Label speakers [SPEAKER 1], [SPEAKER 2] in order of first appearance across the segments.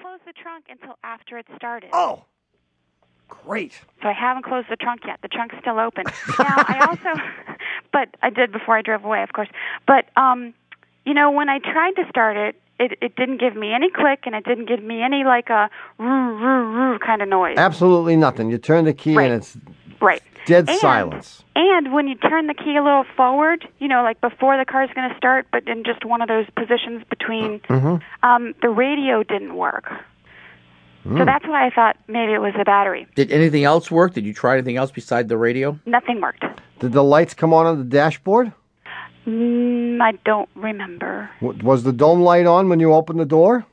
[SPEAKER 1] close the trunk until after it started.
[SPEAKER 2] Oh, great.
[SPEAKER 1] So I haven't closed the trunk yet. The trunk's still open. now I also, but I did before I drove away, of course. But um, you know, when I tried to start it, it, it didn't give me any click, and it didn't give me any like a roo roo roo kind of noise.
[SPEAKER 2] Absolutely nothing. You turn the key
[SPEAKER 1] Right.
[SPEAKER 2] and it's
[SPEAKER 1] Right.
[SPEAKER 2] dead
[SPEAKER 1] And-
[SPEAKER 2] silence.
[SPEAKER 1] And when you turn the key a little forward, you know, like before the car's going to start, but in just one of those positions between, um, the radio didn't work. So that's why I thought maybe it was the battery.
[SPEAKER 3] Did anything else work? Did you try anything else beside the radio?
[SPEAKER 1] Nothing worked.
[SPEAKER 2] Did the lights come on on the dashboard?
[SPEAKER 1] Mm, I don't remember.
[SPEAKER 2] W- Was the dome light on when you opened the door?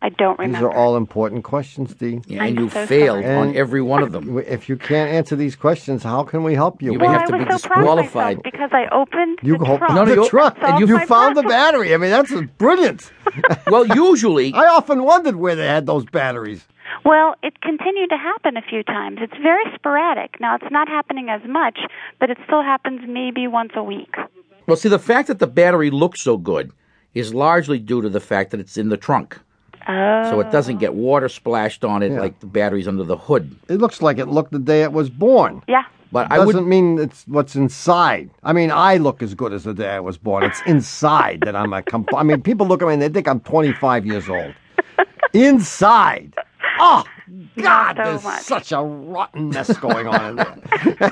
[SPEAKER 1] I don't
[SPEAKER 2] These
[SPEAKER 1] remember.
[SPEAKER 2] are all important questions, Dee.
[SPEAKER 3] Yeah,
[SPEAKER 1] I'm
[SPEAKER 3] and you
[SPEAKER 1] so
[SPEAKER 3] failed
[SPEAKER 1] sorry.
[SPEAKER 3] on
[SPEAKER 2] And-
[SPEAKER 3] every one of them.
[SPEAKER 2] If you can't answer these questions, how can we help you?
[SPEAKER 3] You
[SPEAKER 2] We
[SPEAKER 1] well,
[SPEAKER 3] have
[SPEAKER 1] I
[SPEAKER 3] to
[SPEAKER 1] was
[SPEAKER 3] be
[SPEAKER 1] so proud of
[SPEAKER 3] disqualified.
[SPEAKER 1] myself because I opened
[SPEAKER 2] You
[SPEAKER 1] the
[SPEAKER 2] go
[SPEAKER 1] trunk.
[SPEAKER 3] No, no,
[SPEAKER 2] the
[SPEAKER 3] you-
[SPEAKER 2] truck,
[SPEAKER 3] and
[SPEAKER 2] and
[SPEAKER 3] you-
[SPEAKER 2] you
[SPEAKER 1] my
[SPEAKER 2] found the
[SPEAKER 1] problem.
[SPEAKER 2] battery. I mean, that's brilliant.
[SPEAKER 3] well, usually,
[SPEAKER 2] I often wondered where they had those batteries.
[SPEAKER 1] Well, it continued to happen a few times. It's very sporadic. Now, it's not happening as much, but it still happens maybe once a week.
[SPEAKER 3] well, see, the fact that the battery looks so good is largely due to the fact that it's in the trunk.
[SPEAKER 1] Oh.
[SPEAKER 3] So it doesn't get water splashed on it
[SPEAKER 2] Yeah.
[SPEAKER 3] like the batteries under the hood.
[SPEAKER 2] It looks like it looked the day it was born.
[SPEAKER 1] Yeah.
[SPEAKER 3] But I
[SPEAKER 2] Doesn't
[SPEAKER 3] would
[SPEAKER 2] mean it's what's inside. I mean, I look as good as the day I was born. It's inside that I'm a. Comp- I mean, people look at me and they think I'm 25 years old. Inside. Oh, God,
[SPEAKER 1] so
[SPEAKER 2] there's
[SPEAKER 1] much.
[SPEAKER 2] such a rotten mess going on in there.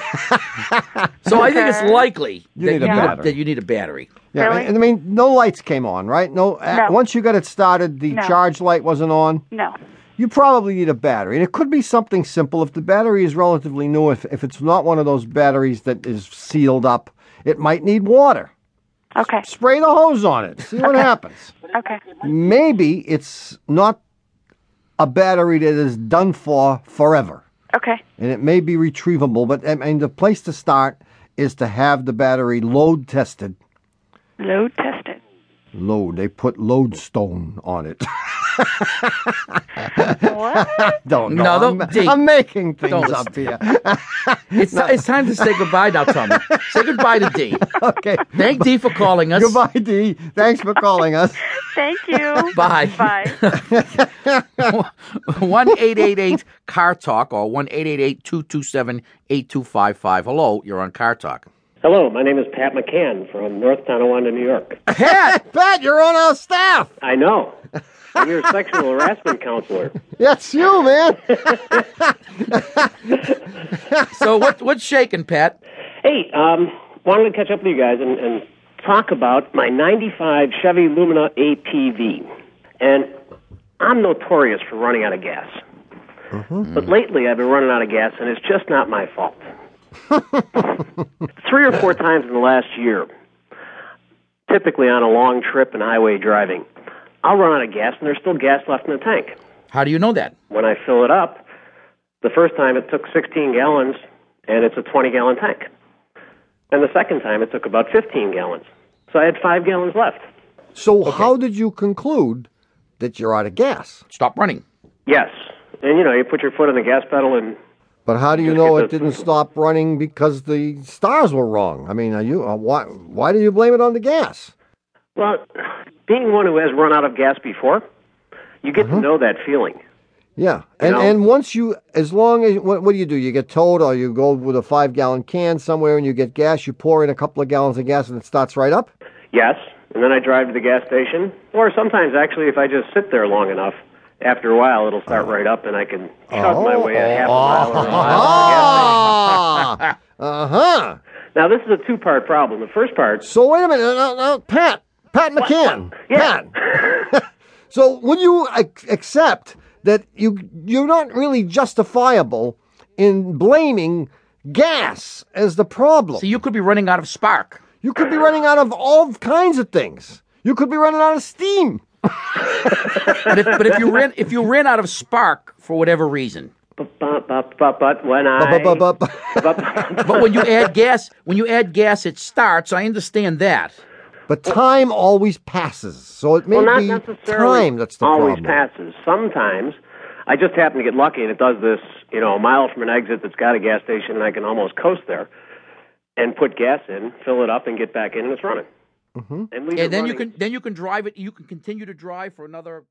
[SPEAKER 3] So I think it's likely
[SPEAKER 2] You
[SPEAKER 3] that,
[SPEAKER 2] need a
[SPEAKER 3] you
[SPEAKER 2] battery.
[SPEAKER 3] that you need a battery.
[SPEAKER 2] Yeah,
[SPEAKER 1] Really?
[SPEAKER 2] and I mean, no lights came on, right? No, uh,
[SPEAKER 1] No.
[SPEAKER 2] Once you got it started, the
[SPEAKER 1] No.
[SPEAKER 2] charge light wasn't on.
[SPEAKER 1] No.
[SPEAKER 2] You probably need a battery. And it could be something simple. If the battery is relatively new, if, if it's not one of those batteries that is sealed up, it might need water.
[SPEAKER 1] Okay.
[SPEAKER 2] Spray the hose on it, see what happens.
[SPEAKER 1] Okay.
[SPEAKER 2] Maybe it's not a battery that is done for forever.
[SPEAKER 1] Okay.
[SPEAKER 2] And it may be retrievable, but I mean, the place to start is to have the battery load tested.
[SPEAKER 1] Load tested.
[SPEAKER 2] Load. They put lodestone on it.
[SPEAKER 1] What?
[SPEAKER 2] don't know.
[SPEAKER 3] No,
[SPEAKER 2] I'm,
[SPEAKER 3] don't dig.
[SPEAKER 2] I'm making things
[SPEAKER 3] Don't.
[SPEAKER 2] up here.
[SPEAKER 3] It's, it's time to say goodbye now, Tommy. say goodbye to D.
[SPEAKER 2] okay.
[SPEAKER 3] Thank D for calling us.
[SPEAKER 2] Goodbye, Dee. Thanks for calling us.
[SPEAKER 1] Thank you.
[SPEAKER 3] Bye.
[SPEAKER 1] Bye.
[SPEAKER 3] One eight eight eight Car Talk or one eight eight eight two two seven eight two five five. Hello, you're on Car Talk.
[SPEAKER 4] Hello, my name is Pat McCann from North Tonawanda, New York.
[SPEAKER 3] Pat,
[SPEAKER 2] Pat, you're on our staff.
[SPEAKER 4] I know. I'm your sexual harassment counselor.
[SPEAKER 2] That's you, man.
[SPEAKER 3] so what what's shaking, Pat?
[SPEAKER 4] Hey, um, wanted to catch up with you guys and, and talk about my 95 Chevy Lumina APV. And I'm notorious for running out of gas. But lately I've been running out of gas, and it's just not my fault. Three or four times in the last year, typically on a long trip and highway driving, I'll run out of gas, and there's still gas left in the tank.
[SPEAKER 3] How do you know that?
[SPEAKER 4] when I fill it up, the first time it took 16 gallons and it's a 20 gallon tank. And the second time it took about 15 gallons. So I had five gallons left.
[SPEAKER 2] So, how did you conclude that you're out of gas?
[SPEAKER 3] Stop running.
[SPEAKER 4] Yes. And you know, you put your foot on the gas pedal and
[SPEAKER 2] But how do you know it didn't stop running because the stars were wrong? I mean, are you uh, why? Why do you blame it on the gas?
[SPEAKER 4] well, being one who has run out of gas before, you get to know that feeling.
[SPEAKER 2] Yeah, and
[SPEAKER 4] know?
[SPEAKER 2] and once you, as long as what, what do you do? You get towed, or you go with a five gallon can somewhere, and you get gas. You pour in a couple of gallons of gas, and it starts right up.
[SPEAKER 4] Yes. And then I drive to the gas station or sometimes actually if I just sit there long enough, after a while it'll start right up and I can chug my way a half a mile or a mile. Oh.
[SPEAKER 2] Ah, uh huh.
[SPEAKER 4] Now this is a two part problem. The first part
[SPEAKER 2] So wait a minute, no, no, Pat, Pat McCann,
[SPEAKER 4] Yeah.
[SPEAKER 2] Pat. so would you ac- accept that you you're not really justifiable in blaming gas as the problem?
[SPEAKER 3] So you could be running out of spark.
[SPEAKER 2] You could be running out of all kinds of things. You could be running out of steam.
[SPEAKER 3] But if, but if you ran if you ran out of spark for whatever reason,
[SPEAKER 4] But, but, but, but when I.
[SPEAKER 2] Bu- bu- bu-
[SPEAKER 3] but when you add gas when you add gas, it starts. I understand that.
[SPEAKER 2] But time always passes, so it may
[SPEAKER 4] well, not
[SPEAKER 2] be
[SPEAKER 4] necessarily.
[SPEAKER 2] time that's the
[SPEAKER 4] always
[SPEAKER 2] problem.
[SPEAKER 4] passes. Sometimes I just happen to get lucky and it does this, you know, a mile from an exit that's got a gas station and I can almost coast there and put gas in, fill it up, and get back in and it's running. Mm-hmm. And, leave it
[SPEAKER 3] And then you
[SPEAKER 4] running.
[SPEAKER 3] can then you can drive it. You can continue to drive for another